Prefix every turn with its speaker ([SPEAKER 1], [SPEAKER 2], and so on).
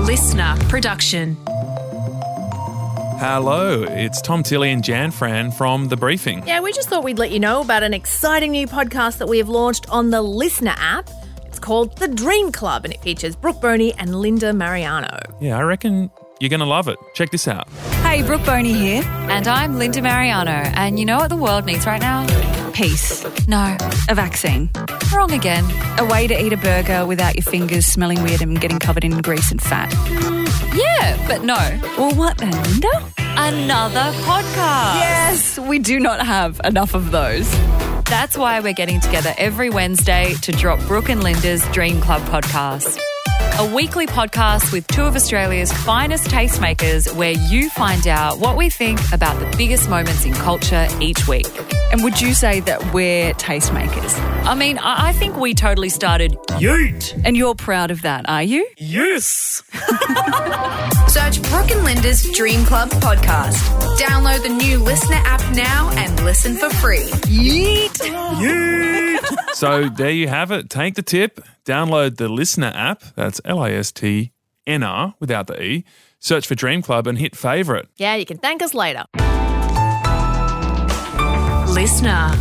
[SPEAKER 1] listener production.
[SPEAKER 2] Hello, it's Tom Tilly and Jan Fran from The Briefing.
[SPEAKER 3] Yeah, we just thought we'd let you know about an exciting new podcast that we have launched on the Listener app. It's called The Dream Club and it features Brooke Boney and Linda Mariano.
[SPEAKER 2] Yeah, I reckon you're going to love it. Check this out.
[SPEAKER 4] Hey, Brooke Boney here. And I'm Linda Mariano. And you know what the world needs right now? Peace. No, a vaccine. Wrong again. A way to eat a burger without your fingers smelling weird and getting covered in grease and fat. Yeah, but no. Well, what then, Linda? Another podcast. Yes, we do not have enough of those. That's why we're getting together every Wednesday to drop Brooke and Linda's Dream Club podcast. A weekly podcast with two of Australia's finest tastemakers where you find out what we think about the biggest moments in culture each week. And would you say that we're tastemakers? I mean, I, I think we totally started Yeet! And you're proud of that, are you?
[SPEAKER 2] Yes!
[SPEAKER 5] Search Brooke and Linda's Dream Club podcast. Download the new listener app now and listen for free.
[SPEAKER 4] Yeet!
[SPEAKER 2] so there you have it. Take the tip, download the Listener app. That's L I S T N R without the E. Search for Dream Club and hit favourite.
[SPEAKER 3] Yeah, you can thank us later.
[SPEAKER 1] Listener.